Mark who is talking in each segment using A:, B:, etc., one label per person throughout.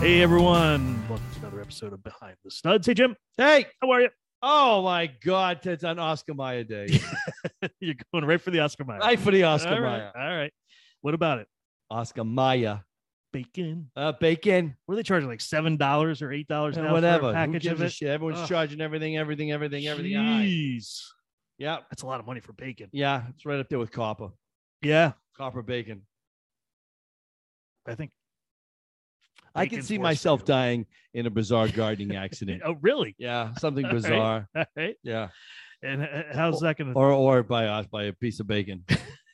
A: Hey everyone, welcome to another episode of Behind the Snuds. Hey Jim,
B: Hey,
A: how are you?
B: oh my God, that's on Oscar Mayer Day.
A: You're going right for the Oscar Mayer.
B: right for the Oscar
A: all right,
B: Mayer.
A: all right. What about it?
B: Oscar Mayer.
A: Bacon.
B: Uh, bacon
A: What are they charging? Like seven dollars or eight dollars
B: and
A: now
B: whatever.
A: for a
B: Who
A: package
B: gives
A: of
B: a
A: it?
B: shit? Everyone's
A: Ugh.
B: charging everything, everything, everything, everything. high.
A: Jeez,
B: Yep.
A: that's a lot of money for bacon.
B: Yeah. It's right up there with copper.
A: Yeah,
B: Copper bacon.
A: I think.
B: I can
A: Bacon's worse
B: see
A: for
B: myself
A: you.
B: dying in a bizarre gardening accident.
A: Oh really?
B: Yeah. Something
A: All right.
B: bizarre.
A: All right.
B: Yeah.
A: And h- how's that gonna?
B: Or or by us by a piece of bacon.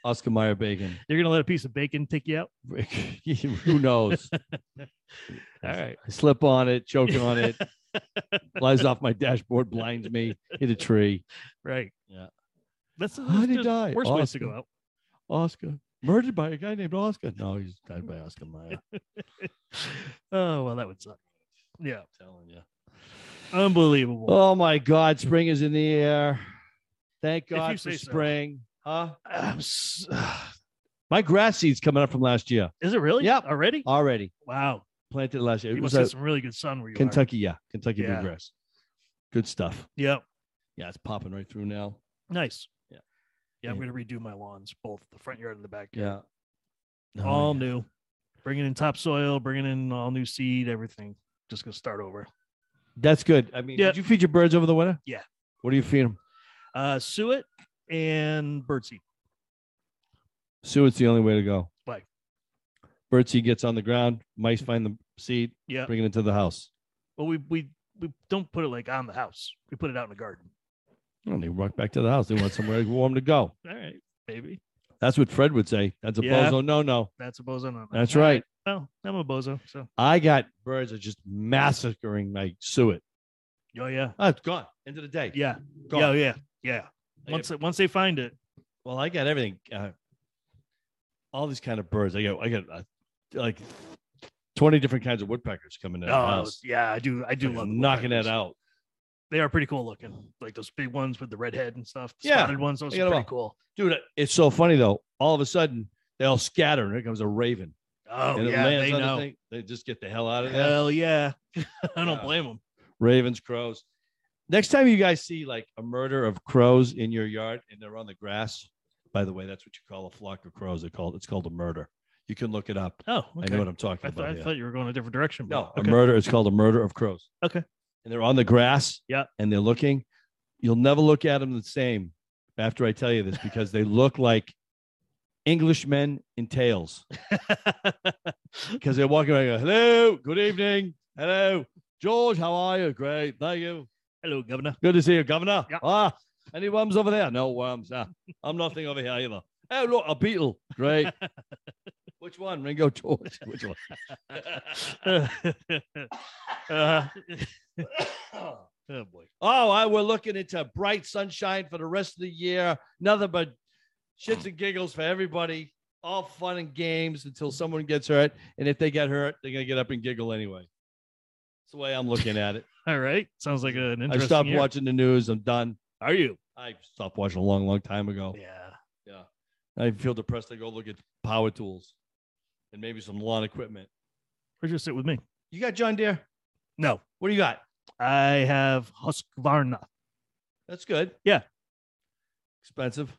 B: Oscar Mayer bacon.
A: You're gonna let a piece of bacon take you out?
B: Who knows?
A: All right.
B: I slip on it, choking on it, flies off my dashboard, blinds me, hit a tree.
A: Right.
B: Yeah.
A: That's,
B: How'd
A: that's
B: he
A: just
B: die?
A: worst ways to go
B: Oscar.
A: out.
B: Oscar. Murdered by a guy named Oscar. No, he's died by Oscar Mayer.
A: Oh well, that would suck. Yeah,
B: telling you.
A: unbelievable.
B: Oh my God, spring is in the air. Thank
A: If you
B: God for
A: say so.
B: spring. Huh?
A: Ah, I'm s-
B: My grass seed's coming up from last year
A: Is it really?
B: Yep.
A: Already?
B: already.
A: Wow.
B: Planted last year. Uh, It
A: You
B: was
A: must
B: a
A: get some really good sun where you are.
B: Kentucky, yeah, Kentucky
A: Yeah.
B: bluegrass. Good stuff.
A: Yep.
B: Yeah, it's popping right through now.
A: Nice.
B: Yeah.
A: Yeah, I'm
B: Yeah.
A: going to redo my lawns, both the front yard and the backyard.
B: Yeah. Oh,
A: all
B: yeah.
A: new. Bringing in topsoil, bringing in all new seed, everything. Just going to start over.
B: That's good. I mean,
A: Yeah.
B: did you feed your birds over the winter?
A: Yeah.
B: What do you feed them?
A: Uh, suet and birdseed.
B: Sue, it's the only way to go.
A: Why?
B: Birdseed gets on the ground. Mice find the seed,
A: Yeah.
B: bring it into the house.
A: Well, we, we, we don't put it like on the house. We put it out in the garden.
B: And they walk back to the house. They want somewhere warm to go.
A: All right, baby.
B: That's what Fred would say. That's a
A: Yeah.
B: bozo. No, no.
A: That's a bozo. No, no.
B: That's
A: All
B: right.
A: Well, I'm a bozo. So,
B: I got birds that are just massacring my suet.
A: oh, yeah.
B: Oh, it's gone. End of the day.
A: Yeah.
B: Gone.
A: Yeah. Yeah. Yeah.
B: I
A: Once, once they find it,
B: Well, I got everything. Uh, all these kind of birds. I got. I got uh, like twenty different kinds of woodpeckers coming in. the
A: Oh
B: house.
A: yeah, I do. I do
B: Fucking
A: love the
B: knocking that
A: woodpeckers.
B: out.
A: They are pretty cool looking, like those big ones with the red head and stuff. The
B: Yeah,
A: spotted ones. Those
B: I
A: are
B: got
A: pretty
B: 'em
A: cool.
B: dude. It's so funny though. All of a sudden, they all scatter, and here comes a raven.
A: Oh
B: and it
A: yeah,
B: lands
A: they
B: on the
A: know.
B: thing. They just get the hell out of there.
A: Hell yeah. I don't
B: Yeah.
A: blame them.
B: Ravens, crows. Next time you guys see like a murder of crows in your yard and they're on the grass, by the way, that's what you call a flock of crows. They call it's called a murder. You can look it up.
A: Oh, okay.
B: I know what I'm talking
A: I,
B: about.
A: thought, I
B: here.
A: thought you were going a different direction.
B: no,
A: but
B: a
A: okay.
B: murder. It's called a murder of crows.
A: Okay.
B: And they're on the grass.
A: Yeah.
B: And they're looking. You'll never look at them the same after I tell you this because they look like Englishmen in tails. because they're walking around. Going, Hello, good evening. Hello, George. How are you? Great, thank you.
A: Hello, Governor.
B: Good to see you, Governor.
A: Yeah.
B: Ah, any worms over there? No worms. Ah, I'm nothing over here either. Oh, look, a beetle. Great. Which one, Ringo George? Which one?
A: Uh, oh boy.
B: Oh, I, we're looking into bright sunshine for the rest of the year. Nothing but shits and giggles for everybody. All fun and games until someone gets hurt. And if they get hurt, they're going to get up and giggle anyway. That's the way I'm looking at it.
A: All right. Sounds like an
B: I
A: interesting.
B: stopped
A: year.
B: watching the news. I'm done.
A: Are you?
B: I stopped watching a long, long time ago.
A: Yeah.
B: I feel depressed. I go look at power tools and maybe some lawn equipment.
A: Where'd you sit with me?
B: You got John Deere?
A: No,
B: What do you got?
A: I have Husqvarna.
B: That's good.
A: Yeah.
B: Expensive.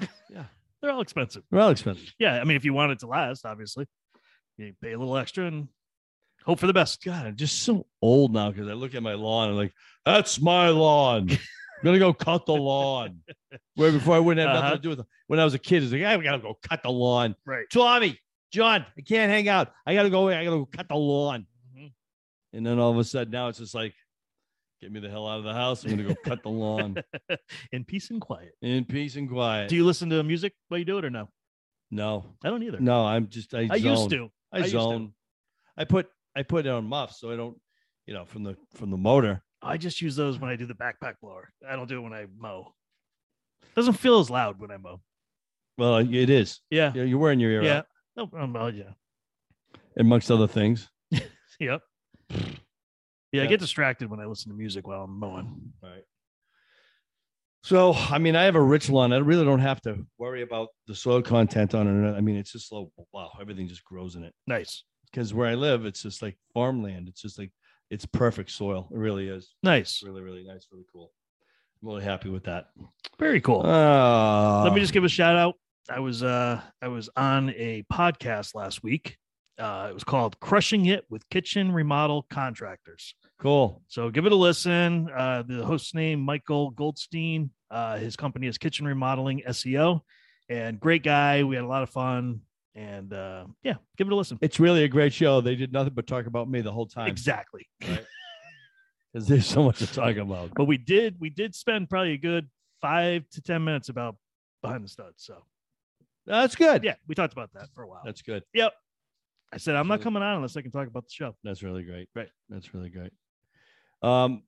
A: They're all expensive.
B: Well, expensive.
A: yeah, I mean, if you want it to last, obviously, you pay a little extra and hope for the best.
B: God, I'm just so old now because I look at my lawn and like, that's my lawn. I'm gonna go cut the lawn. Where before I wouldn't have
A: Uh-huh.
B: nothing to do with it. When I was a kid, it's like, I gotta go cut the lawn.
A: Right.
B: Tommy, John, I can't hang out. I gotta go. I gotta go cut the lawn. And then all of a sudden now it's just like, get me the hell out of the house. I'm gonna go cut the lawn
A: In peace and quiet.
B: in peace and quiet.
A: Do you listen to music while you do it or no?
B: no,
A: I don't either.
B: no, I'm just I,
A: I used
B: zone.
A: to. I
B: I,
A: used to.
B: zone. I put I put it on muff so I don't, you know, from the from the motor.
A: I just use those when I do the backpack blower. I don't do it when I mow. Doesn't feel as loud when I mow.
B: Well, it is.
A: Yeah.
B: Yeah, You're wearing your
A: Yeah.
B: ear out,
A: No, um, oh, yeah.
B: amongst other things.
A: Yep. Yeah, I
B: Yeah.
A: get distracted when I listen to music while I'm mowing.
B: Right. So I mean, I have a rich lawn. I really don't have to worry about the soil content on it. I mean, it's just so wow, everything just grows in it.
A: Nice.
B: because where I live, it's just like farmland. It's just like it's perfect soil. It really is.
A: Nice.
B: Really, really nice. Really cool. I'm really happy with that.
A: Very cool.
B: Uh,
A: Let me just give a shout out. I was uh I was on a podcast last week. Uh, it was called Crushing It with Kitchen Remodel Contractors.
B: cool.
A: So give it a listen. Uh, the host's name Michael Goldstein. Uh, his company is Kitchen Remodeling SEO, and great guy. We had a lot of fun, and uh, yeah, give it a listen.
B: It's really a great show. They did nothing but talk about me the whole time
A: Exactly.
B: because there's so much to talk about.
A: But we did we did spend probably a good five to ten minutes about behind the studs. So
B: That's good.
A: yeah, we talked about that for a while.
B: That's good.
A: I said I'm not
B: Absolutely.
A: coming on unless I can talk about the show.
B: That's really great.
A: Right.
B: That's really great. Um,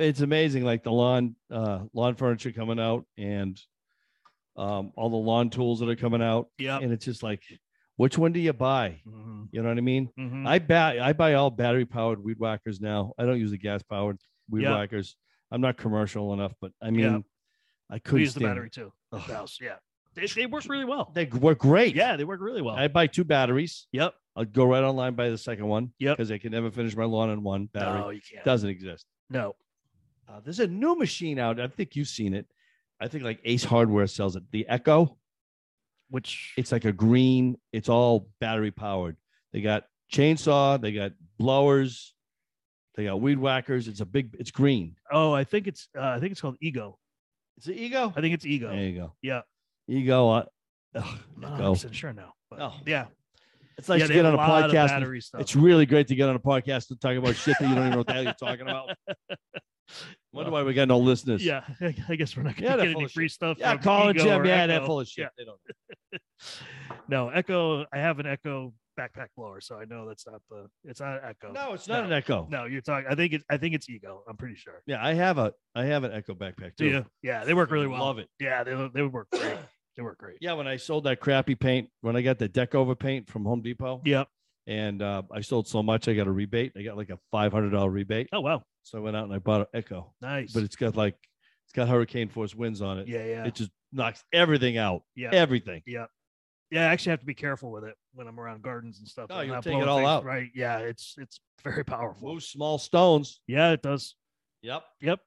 B: it's amazing, like the lawn, uh, lawn furniture coming out and um, all the lawn tools that are coming out,
A: Yeah.
B: and it's just like, which one do you buy? You know what I mean?
A: Mhm.
B: I buy I buy all battery powered weed whackers now. I don't use the gas powered weed
A: Yeah.
B: whackers. I'm not commercial enough, but I mean,
A: Yeah.
B: I couldn't
A: We use the
B: stand
A: battery
B: it.
A: too.
B: Ugh.
A: at the house. Yeah. They, they work really well.
B: They g- were great.
A: yeah, they work really well.
B: I buy two batteries.
A: yep.
B: I'll go right online buy the second one.
A: Yep.
B: because I can never finish my lawn on one battery.
A: No, you can't.
B: Doesn't exist.
A: no.
B: Uh, there's a new machine out. I think you've seen it. I think like Ace Hardware sells it. The Echo.
A: Which
B: It's like a green. It's all battery powered. They got chainsaw. They got blowers. They got weed whackers. It's a big. It's green.
A: oh, I think it's uh, I think it's called Ego.
B: It's an ego.
A: I think it's Ego.
B: There you go.
A: Yeah.
B: Ego. Uh, ugh,
A: I'm not
B: Echo.
A: 100% sure now. But
B: No.
A: Yeah.
B: Oh. It's nice
A: yeah,
B: to
A: they
B: get
A: have
B: on a
A: lot of
B: podcast. and-
A: battery stuff.
B: It's really great to get on a podcast and talk about shit that you don't even know what the hell you're talking about. Wonder why we got no listeners.
A: yeah, I I guess we're not
B: Yeah,
A: going to
B: they're
A: get
B: full
A: any
B: of
A: free stuff.
B: Yeah,
A: from
B: Colin
A: Ego
B: Jim.
A: or
B: Yeah, they're
A: Echo.
B: full of shit. They don't.
A: No, Echo. I have an Echo backpack blower, so I know that's not the. It's not Echo.
B: No, it's not an echo.
A: No, you're talking. I think it's. I think it's Ego. I'm pretty sure.
B: Yeah, I have a I have an echo backpack
A: Do
B: too.
A: you? Yeah, they work really well.
B: Love it.
A: Yeah, they they work great. They work great.
B: Yeah, when I sold that crappy paint, when I got the deck over paint from Home Depot,
A: Yep.
B: and uh, I sold so much, I got a rebate. I got like a five hundred dollar rebate.
A: Oh wow,
B: So I went out and I bought an Echo,
A: nice.
B: but it's uh, got like it's got hurricane force winds on it.
A: yeah, yeah,
B: It just knocks everything out.
A: yeah,
B: Everything.
A: yeah. I actually have to be careful with it when I'm around gardens and stuff.
B: No,
A: I'm
B: you'll
A: not
B: take it
A: blowing
B: all
A: things-
B: out.
A: Right? Yeah, it's it's very powerful.
B: Move small stones.
A: Yeah, it does.
B: Yep.
A: Yep.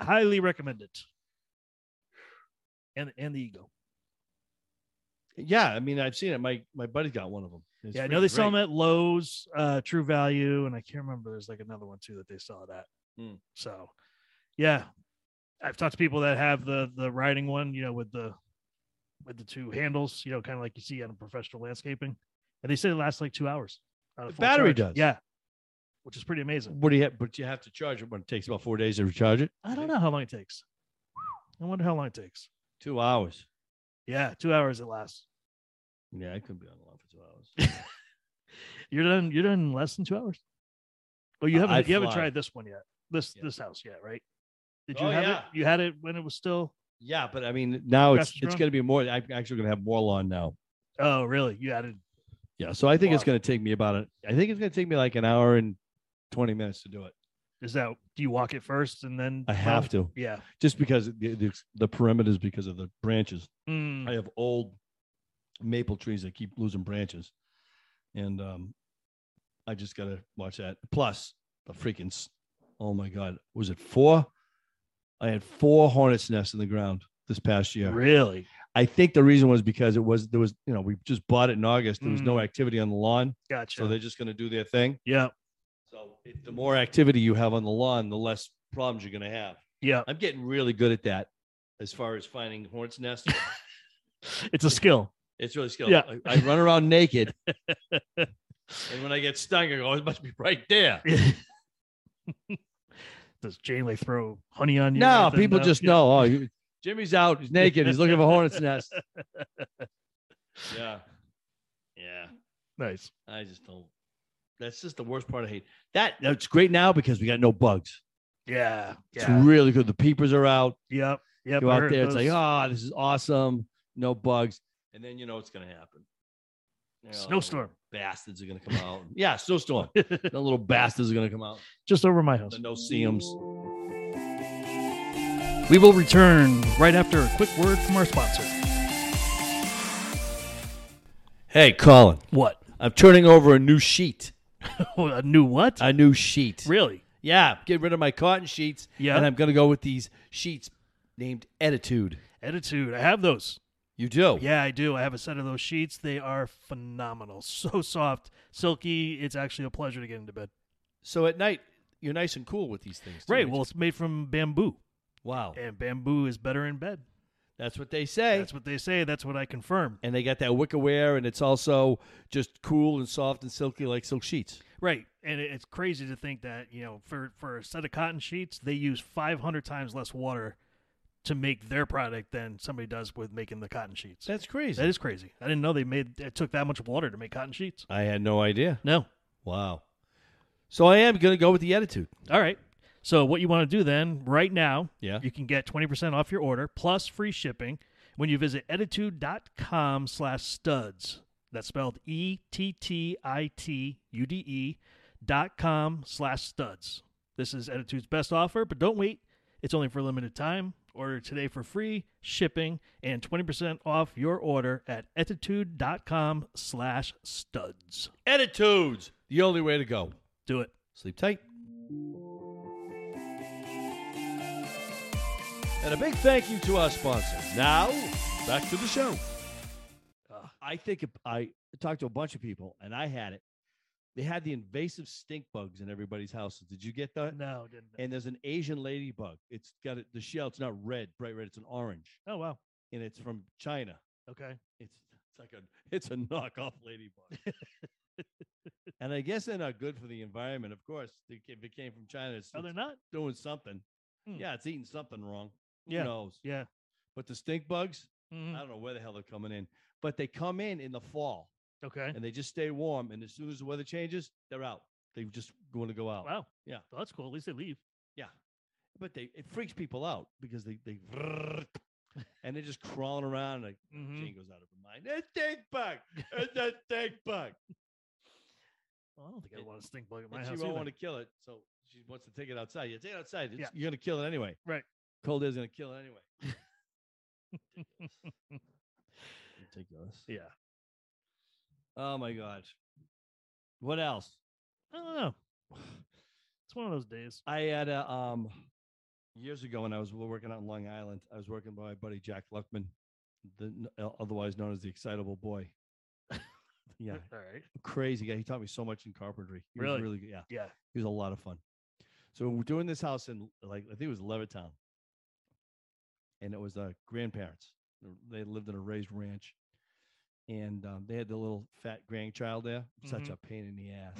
A: Highly recommend it. And and the ego.
B: Yeah, I mean I've seen it. My my buddy got one of them. It's
A: yeah, I know they
B: freaking
A: sell them
B: great.
A: at Lowe's, uh, True Value, and I can't remember. There's like another one too that they sell it at.
B: Hmm.
A: So, yeah, I've talked to people that have the the riding one, you know, with the with the two handles, you know, kind of like you see on a professional landscaping, and they say it lasts like two hours. on a
B: The
A: full
B: battery
A: charge.
B: does.
A: yeah, which is pretty amazing.
B: What do you have? But you have to charge it when it takes about four days to recharge it.
A: I don't know how long it takes. I wonder how long it takes.
B: Two hours.
A: Yeah, two hours it lasts.
B: Yeah, I could be on the line for two hours.
A: You're done. You're done in less than two hours. Well, you
B: I-
A: haven't.
B: I
A: you haven't
B: fly.
A: tried this one yet. This
B: Yeah.
A: this house yet, right? Did you
B: Oh,
A: have
B: yeah.
A: it? You had it when it was still.
B: yeah, but I mean now it's
A: Fastest
B: it's
A: run?
B: going to be more. I'm actually going to have more lawn now.
A: Oh, really? You added.
B: Yeah, so I think it's
A: Wow.
B: going to take me about it. I think it's going to take me like an hour and twenty minutes to do it.
A: Is that? Do you walk it first and then?
B: I have to
A: Yeah.
B: just because the the, the perimeters because of the branches.
A: Mm,
B: I have old maple trees that keep losing branches, and um, I just gotta watch that. Plus the freaking, s- oh my god, was it four? I had four hornets nests in the ground this past year.
A: Really?
B: I think the reason was because it was there was you know we just bought it in August. There was no
A: Mm.
B: activity on the lawn,
A: Gotcha.
B: so they're just gonna do their thing.
A: yeah.
B: So it, the more activity you have on the lawn, the less problems you're gonna have.
A: Yeah.
B: I'm getting really good at that, as far as finding hornets nests.
A: It's a skill.
B: It's really skilled.
A: Yeah.
B: I, I run around naked. and when I get stung, I go, it must be right there.
A: Does Janeway throw honey on you? or
B: No,
A: anything?
B: people
A: No?
B: just
A: Yeah.
B: know. Oh, you- Jimmy's out. He's naked. He's looking for a hornet's nest. Yeah. Yeah.
A: Nice.
B: I just don't. That's just the worst part I hate. That that's great now because we got no bugs.
A: Yeah.
B: It's
A: Yeah.
B: really good. The peepers are out.
A: Yep. Yep.
B: Go
A: I
B: out
A: heard
B: there. It's like,
A: those.
B: oh, this is awesome. No bugs. And then you know what's gonna happen. You know,
A: snowstorm.
B: Bastards are gonna come out. yeah, snowstorm. the little bastards are gonna come out.
A: just over my house.
B: The no seams.
A: We will return right after a quick word from our sponsor.
B: Hey, Colin,
A: What?
B: I'm turning over a new sheet.
A: a new what?
B: A new sheet.
A: really?
B: Yeah, get rid of my cotton sheets.
A: Yeah.
B: And I'm going to go with these sheets named Attitude.
A: Attitude. I have those.
B: You do?
A: Yeah, I do. I have a set of those sheets. They are phenomenal. So soft, silky. It's actually a pleasure to get into bed.
B: So at night, you're nice and cool with these things. too,
A: Right.
B: ain't
A: Well,
B: you?
A: it's made from bamboo,
B: wow.
A: and bamboo is better in bed.
B: That's what they say.
A: That's what they say. That's what I confirm.
B: and they got that wickerware, and it's also just cool and soft and silky like silk sheets.
A: Right. And it- it's crazy to think that, you know, for, for a set of cotton sheets, they use 500 times less water to make their product than somebody does with making the cotton sheets.
B: That's crazy.
A: That is crazy. I didn't know they made it took that much water to make cotton sheets.
B: I had no idea.
A: No.
B: Wow. So I am going to go with the attitude.
A: All right. So what you want to do then, right now,
B: Yeah.
A: you can get 20% off your order plus free shipping when you visit attitude.com slash studs. That's spelled E E-T-T-I-T-U-D-E E dot com slash studs. This is Attitude's best offer, but don't wait. It's only for a limited time. Order today for free shipping and 20% off your order at attitude.com slash studs.
B: Attitudes, the only way to go.
A: Do it.
B: Sleep tight. And a big thank you to our sponsor. Now, back to the show. I think if- I talked to a bunch of people and I had it. They had the invasive stink bugs in everybody's houses. Did you get that?
A: No, didn't.
B: And there's an Asian ladybug. It's got it, the shell. It's not red, bright red. It's an orange,
A: Oh, wow.
B: and it's from China.
A: Okay.
B: It's it's like a it's a knockoff ladybug. and I guess they're not good for the environment, of course. They ca- If it came from China, it's,
A: Oh, they're
B: it's
A: not?
B: doing something.
A: Hmm.
B: Yeah, it's eating something wrong.
A: Yeah.
B: Who knows?
A: Yeah.
B: But the stink bugs, I
A: Mhm.
B: don't know where the hell they're coming in. But they come in in the fall
A: Okay.
B: and they just stay warm. And as soon as the weather changes, they're out. They just want to go out.
A: Wow.
B: Yeah.
A: Well, that's cool. At least they leave.
B: But they it freaks people out because they they and they're just crawling around like
A: Mhm.
B: Jane goes out of her mind. It's stink bug. It's a stink bug.
A: Well, I don't think I
B: And-
A: want to stink bug at my
B: and she
A: house.
B: won't
A: either.
B: want to kill it, so she wants to take it outside. You take it outside. it's-
A: Yeah.
B: You're gonna kill it anyway.
A: Right.
B: Cold air's gonna kill it anyway. Ridiculous. Ridiculous.
A: Yeah.
B: Oh my god. What else?
A: I don't know. It's one of those days.
B: I had a um years ago when I was working out in Long Island. I was working by my buddy Jack Luckman, the n- o- otherwise known as the Excitable Boy. yeah,
A: All right.
B: crazy guy. He taught me so much in carpentry. He
A: Really?
B: was really good. Yeah,
A: Yeah.
B: he was a lot of fun. So we're doing this house in like I think it was Levittown, and it was uh, grandparents. They- They lived in a raised ranch, and um, they had the little fat grandchild there. Such
A: Mhm.
B: a pain in the ass.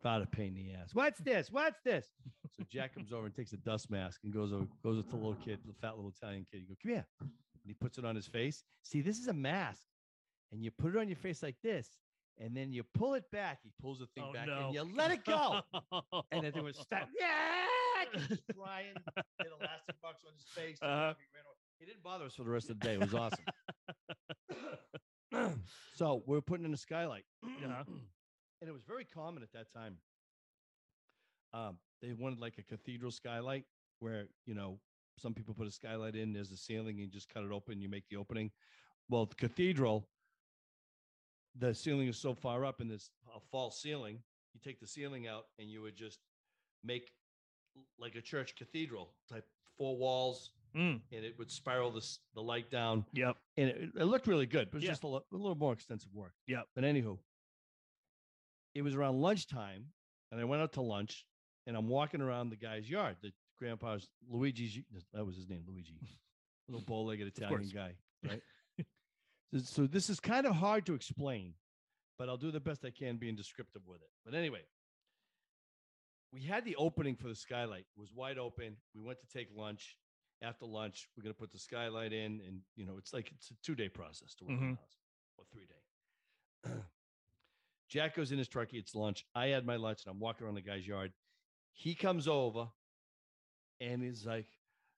B: About a pain in the ass. What's this? What's this? So Jack comes over and takes a dust mask and goes over, goes up to the little kid, the fat little Italian kid. You go, come here. And he puts it on his face. See, this is a mask. And you put it on your face like this. And then you pull it back. He pulls the thing
A: Oh,
B: back
A: no.
B: and you let it go. and then
A: it
B: there was stop. Yeah. Just crying. Had elastic box on his face. and
A: Uh-huh.
B: he ran over. He didn't bother us for the rest of the day. It was awesome. so we were putting in a skylight.
A: Yeah.
B: And it was very common at that time. Um, they wanted like a cathedral skylight where, you know, some people put a skylight in, there's a ceiling, you just cut it open, you make the opening. Well, the cathedral, the ceiling is so far up in this a false ceiling, you take the ceiling out and you would just make l- like a church cathedral type four walls
A: Mm,
B: and it would spiral this the light down
A: Yep.
B: and it, it looked really good, but it's
A: Yeah.
B: just a, lo- a little more extensive work.
A: Yep.
B: But anywho, it was around lunchtime, and I went out to lunch, and I'm walking around the guy's yard. The grandpa's Luigi's y- that was his name, Luigi, little bow-legged Italian
A: course.
B: guy, right? so, so this is kind of hard to explain, but I'll do the best I can being descriptive with it. But anyway. We had the opening for the skylight it was wide open. We went to take lunch after lunch, we're going to put the skylight in, and you know, it's like it's a two day process to work on
A: Mhm.
B: the house or three day. Jack goes in his truck, eats lunch. I had my lunch, and I'm walking around the guy's yard. He comes over, and he's like,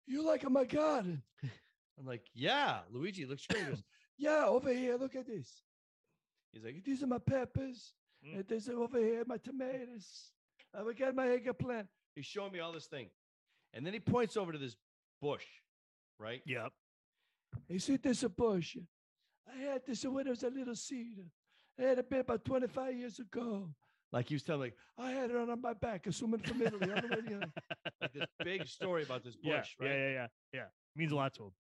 B: "You like my garden?" I'm like, "Yeah, Luigi it looks great." He goes, "Yeah, over here, look at this." He's like, "These are my peppers,
A: Mm.
B: and this over here, my tomatoes. I we got my eggplant." He's showing me all this thing, and then he points over to this bush, right?
A: Yep.
B: He said, There's a bush. I had this when it was a little seed. I had a bit about 25 years ago. Like he was telling, like, I had it on, on my back, assuming from Italy. on the radio. like this big story about this
A: yeah,
B: bush, right?
A: yeah, yeah, yeah, yeah. Means a lot to him.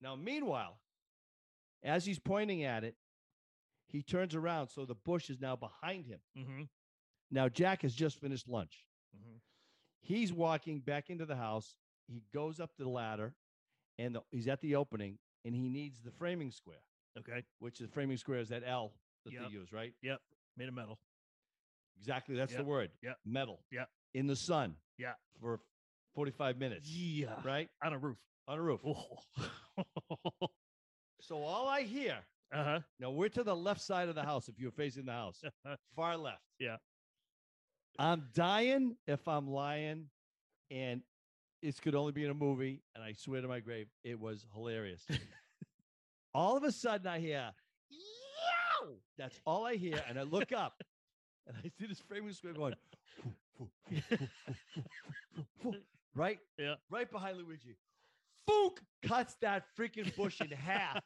B: Now, meanwhile, as he's pointing at it, he turns around. So the bush is now behind him.
A: Mm-hmm.
B: Now, Jack has just finished lunch.
A: mm-hmm.
B: He's walking back into the house. He goes up the ladder and the, he's at the opening and he needs the framing square,
A: Okay,
B: which the framing square is that L that
A: Yep.
B: they use, right?
A: made of metal.
B: Exactly. That's the
A: Yep.
B: word.
A: Yep.
B: Metal.
A: Yep.
B: In the sun.
A: Yeah.
B: For 45 minutes.
A: Yeah,
B: Right?
A: on a roof. Uh-huh.
B: On a roof.
A: Oh.
B: So all I hear,
A: uh
B: now we're to the left side of the house if you're facing the house,
A: huh.
B: far left.
A: Yeah.
B: I'm dying if I'm lying. And it could only be in a movie. And I swear to my grave, it was hilarious. all of a sudden, I hear, Yow! That's all I hear. And I look up and I see this framing square going, "Whoo, whoo, whoo, whoo, whoo, whoo, whoo," right?
A: Yeah.
B: Right behind Luigi. Fook cuts that freaking bush in half.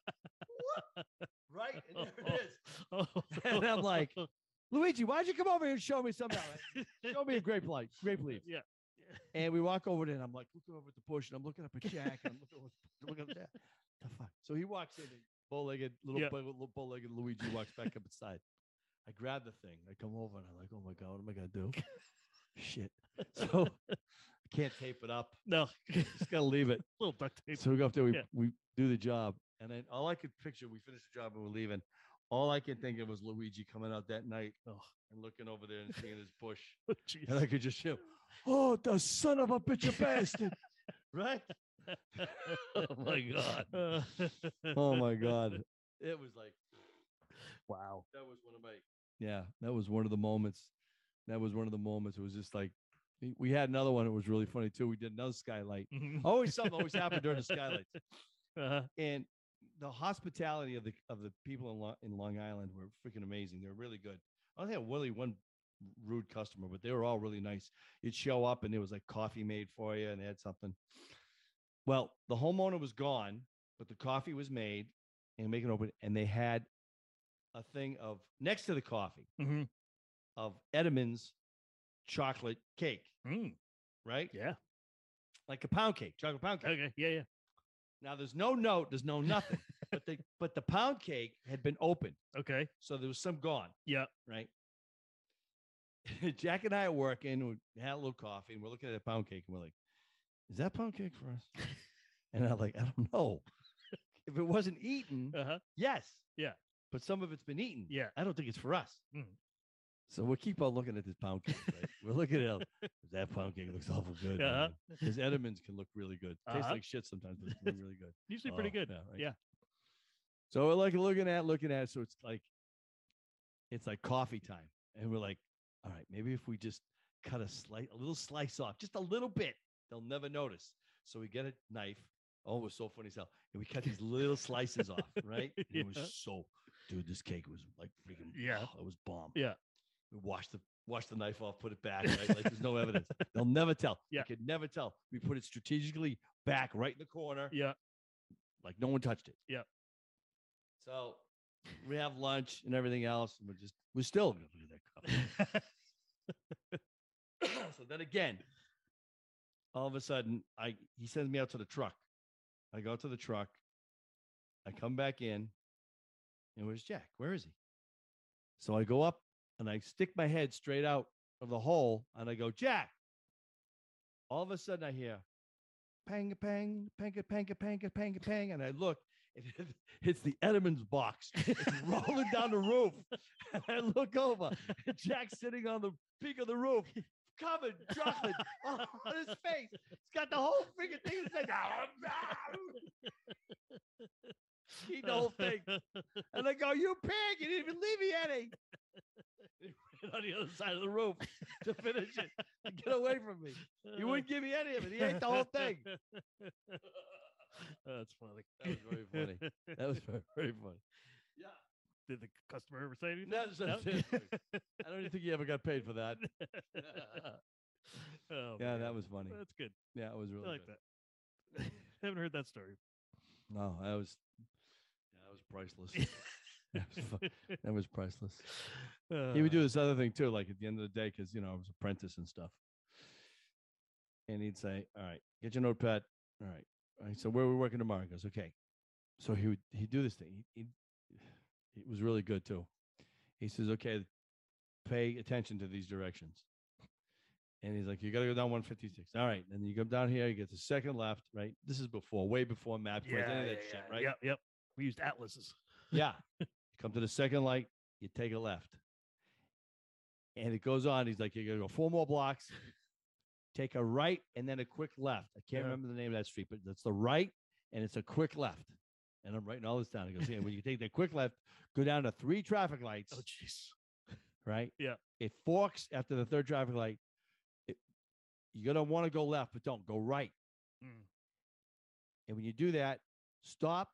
B: Whoop! right? And there it is. And I'm like, Luigi, why'd you come over here and show me something? I'm like, show me a grape light, grape leaf.
A: Yeah.
B: And we walk over there, and I'm like looking over at the bush, and I'm looking up at Jack, and I'm looking over, looking up there. The fuck? So he walks in, and bow-legged little
A: Yeah.
B: bow- little bow-legged Luigi walks back up inside. I grab the thing, I come over, and I'm like, oh my god, what am I gonna do? Shit. So I can't tape it up.
A: no,
B: Just gotta leave it.
A: little duct tape.
B: So we go up there, we,
A: Yeah.
B: we do the job. And then all I could picture, we finished the job and we're leaving. All I could think of was Luigi coming out that night
A: Oh.
B: and looking over there and seeing his bush.
A: Jeez.
B: And I could just shout, Oh, the son of a bitch you bastard. right? oh my God. Oh my God. It was like,
A: wow.
B: that was one of my, yeah, that was one of the moments. That was one of the moments. It was just like, we- we had another one. It was really funny too. We did another skylight.
A: Mhm.
B: Always something always happened during the skylights.
A: Uh-huh.
B: and the hospitality of the of the people in Long, in Long Island were freaking amazing. They're really good. I only had really one rude customer, but they were all really nice. You'd show up and there was like coffee made for you, and they had something. Well, the homeowner was gone, but the coffee was made and making open, and they had a thing of next to the coffee
A: Mhm.
B: of Edam's chocolate cake,
A: Mm.
B: right?
A: Yeah.
B: Like a pound cake, chocolate pound cake.
A: Okay. Yeah. Yeah.
B: Now there's no note, there's no nothing. but the but the pound cake had been opened,
A: Okay.
B: so there was some gone.
A: Yeah.
B: Right. Jack and I are working. We had a little coffee, and we're looking at the pound cake, and we're like, "Is that pound cake for us?" and I'm like, "I don't know. if it wasn't eaten,
A: Uh huh.
B: yes,
A: Yeah.
B: but some of it's been eaten.
A: Yeah.
B: I don't think it's for us."
A: Mm.
B: So we keep on looking at this pound cake. Right? We're looking at it. that pound cake looks awful good.
A: Uh-huh.
B: Because Edamins can look really good. Tastes
A: Uh-huh.
B: like shit sometimes, but it's really, really good.
A: Usually pretty
B: Oh,
A: good.
B: Yeah. right.
A: Yeah.
B: So we're like looking at, looking at. it, So it's like, it's like coffee time, and we're like, all right, maybe if we just cut a slight, a little slice off, just a little bit, they'll never notice. So we get a knife. Oh, it was so funny as hell. And we cut these little slices off, right? And It
A: Yeah.
B: was so, dude. This cake was like freaking,
A: Yeah.
B: oh, it was bomb.
A: Yeah.
B: We washed the washed the knife off, put it back. Right? Like there's no evidence. They'll never tell.
A: Yeah.
B: They could never tell. We put it strategically back, right in the corner
A: Yeah.
B: like no one touched it.
A: Yeah.
B: So we have lunch and everything else, and we're just we're still gonna look at that cup. so then again, all of a sudden, I he sends me out to the truck. I go to the truck. I come back in, and where's Jack? Where is he? So I go up and I stick my head straight out of the hole, and I go, Jack. All of a sudden, I hear pang a pang, pang a pang a pang a pang a pang. And I look, and it- it's the Edelman's box It's rolling down the roof. And I look over, and Jack's sitting on the peak of the roof, covered chocolate all on his face. He's got the whole freaking thing. He's like, "Oh, Eat the whole thing. And I go, You pig, you didn't even leave me any. He ran on the other side of the roof to finish it, to get away from me. He wouldn't give me any of it. He ate the whole thing.
A: That's funny.
B: That was very funny. That was very, very funny. Yeah.
A: Did the customer ever say anything?
B: That's, that's
A: No?
B: it. I don't even think he ever got paid for that.
A: oh,
B: Yeah,
A: man.
B: that was funny.
A: That's good.
B: Yeah, it was really
A: I like
B: good.
A: that. Haven't heard that story.
B: No, that was yeah, that was priceless. That was fu- that was priceless. He
A: Uh.
B: would do this other thing too, like at the end of the day, because you know I was apprentice and stuff. And he'd say, "All right, get your notepad. All right, all right. So where are we working tomorrow?" He goes, "Okay." So he would he'd do this thing. He, he it was really good too. He says, "Okay, pay attention to these directions." And he's like, "You got to go down 156. All right, and you go down here. You get the second left, right? This is before, way before maps,
A: yeah,
B: any
A: yeah,
B: of that
A: yeah,
B: shit, right?
A: Yep, yep. We used atlases.
B: Yeah. You come to the second light, you take a left. And it goes on. He's like, you're going to go four more blocks, take a right, and then a quick left. I can't
A: Yeah.
B: remember the name of that street, but that's the right, and it's a quick left. And I'm writing all this down. He goes, yeah, when you take that quick left, go down to three traffic lights,
A: Oh, jeez.
B: right?
A: yeah.
B: It forks after the third traffic light. It, you're going to want to go left, but don't go right.
A: Mm.
B: And when you do that, stop.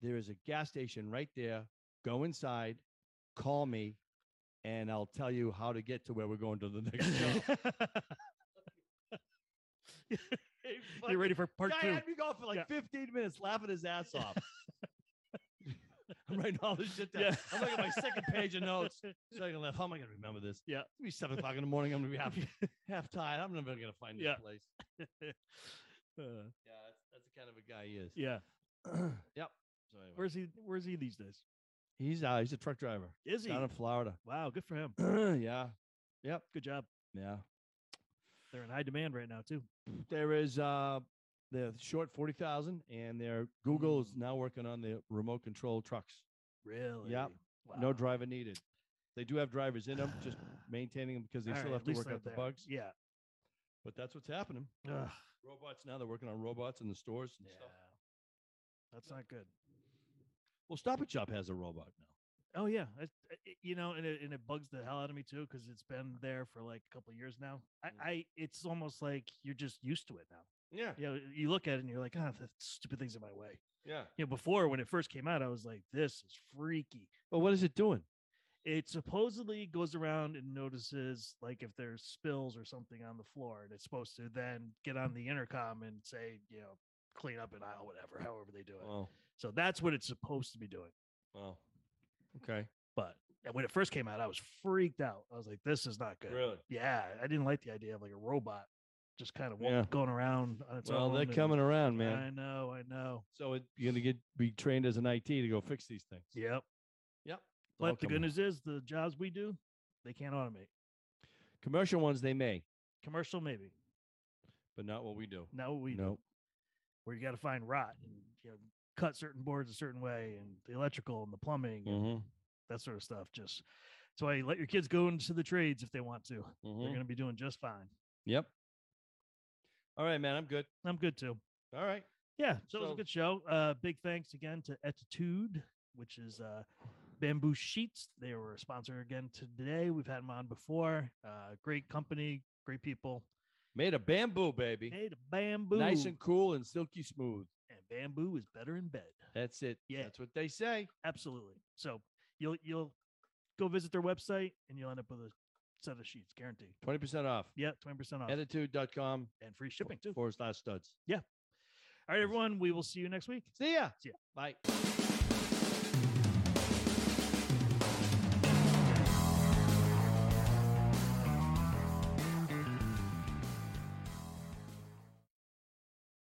B: There is a gas station right there. Go inside, call me, and I'll tell you how to get to where we're going to the next stop.
A: you ready for part
B: Guy
A: two?
B: had me going for like
A: Yeah.
B: 15 minutes laughing his ass off. I'm writing all this shit down.
A: Yeah.
B: I'm looking at my second page of notes. Second left. How am I going to remember this?
A: Yeah.
B: It's going to be seven o'clock in the morning. I'm going to be half, half tired. I'm never going to find
A: Yeah.
B: this place.
A: Uh,
B: Yeah, that's, that's the kind of a guy he is.
A: yeah.
B: yep. So anyway.
A: Where's he? Where's he these days?
B: he's uh, he's a truck driver
A: Is he?
B: down in Florida.
A: Wow. Good for him.
B: yeah. Yep.
A: Good job.
B: Yeah.
A: They're in high demand right now too.
B: There is uh they're short forty thousand and their Google
A: Mm.
B: is now working on the remote control trucks.
A: Really? Wow.
B: No driver needed. They do have drivers in them, just maintaining them because they
A: All
B: still
A: right,
B: have
A: at
B: to
A: least
B: work
A: they're
B: out the
A: there.
B: bugs.
A: Yeah.
B: But that's what's happening.
A: Ugh,
B: Robots now they're working on robots in the stores and
A: yeah.
B: stuff.
A: That's not good.
B: Well, Stop and Shop has a robot now.
A: Oh yeah, I, I- you know, and it, and it bugs the hell out of me too because it's been there for like a couple of years now. I,
B: Mm.
A: I it's almost like you're just used to it now.
B: Yeah,
A: You know, you look at it and you're like, ah, the stupid thing's in my way.
B: yeah.
A: You know, before when it first came out, I was like, this is freaky.
B: But what is it doing?
A: It supposedly goes around and notices like if there's spills or something on the floor, and it's supposed to then get on the intercom and say, you know, clean up an aisle, whatever, however they do it.
B: Oh,
A: So that's what it's supposed to be doing.
B: wow. Okay.
A: But and when it first came out, I was freaked out. I was like, this is not good.
B: Really?
A: Yeah. I didn't like the idea of like a robot just kind of
B: Yeah.
A: going around on its
B: Well,
A: own.
B: they're
A: and-
B: coming around, man.
A: I know. I know.
B: So it, you're gonna get be trained as an IT to go fix these things.
A: Yep.
B: Yep. It's all
A: But the good
B: coming.
A: news is the jobs we do, they can't automate.
B: commercial ones they may,
A: Commercial, maybe.
B: but not what we do.
A: Now what we
B: no.
A: where you got to find rot and you know cut certain boards a certain way and the electrical and the plumbing and
B: Mhm,
A: that sort of stuff. Just so I let your kids go into the trades if they want to. They're
B: mhm.
A: going to be doing just fine.
B: Yep. All right, man. I'm good.
A: I'm good too.
B: All right.
A: Yeah, so, it was a
B: So-
A: good show. Uh, big thanks again to Etitude, which is uh, Bamboo Sheets. They were a sponsor again today. We've had them on before. Uh, great company, great people.
B: Made of bamboo, baby.
A: Hey, the bamboo.
B: Nice and cool and silky smooth.
A: And bamboo is better in bed.
B: That's it.
A: Yeah.
B: That's what they say.
A: Absolutely. So you'll you'll go visit their website and you'll end up with a set of sheets, guaranteed.
B: 20% off.
A: Yeah, twenty percent off
B: Attitude.com
A: and free shipping too. All
B: forward slash studs.
A: right, everyone. We will see you next week.
B: See ya.
A: See ya.
B: Bye.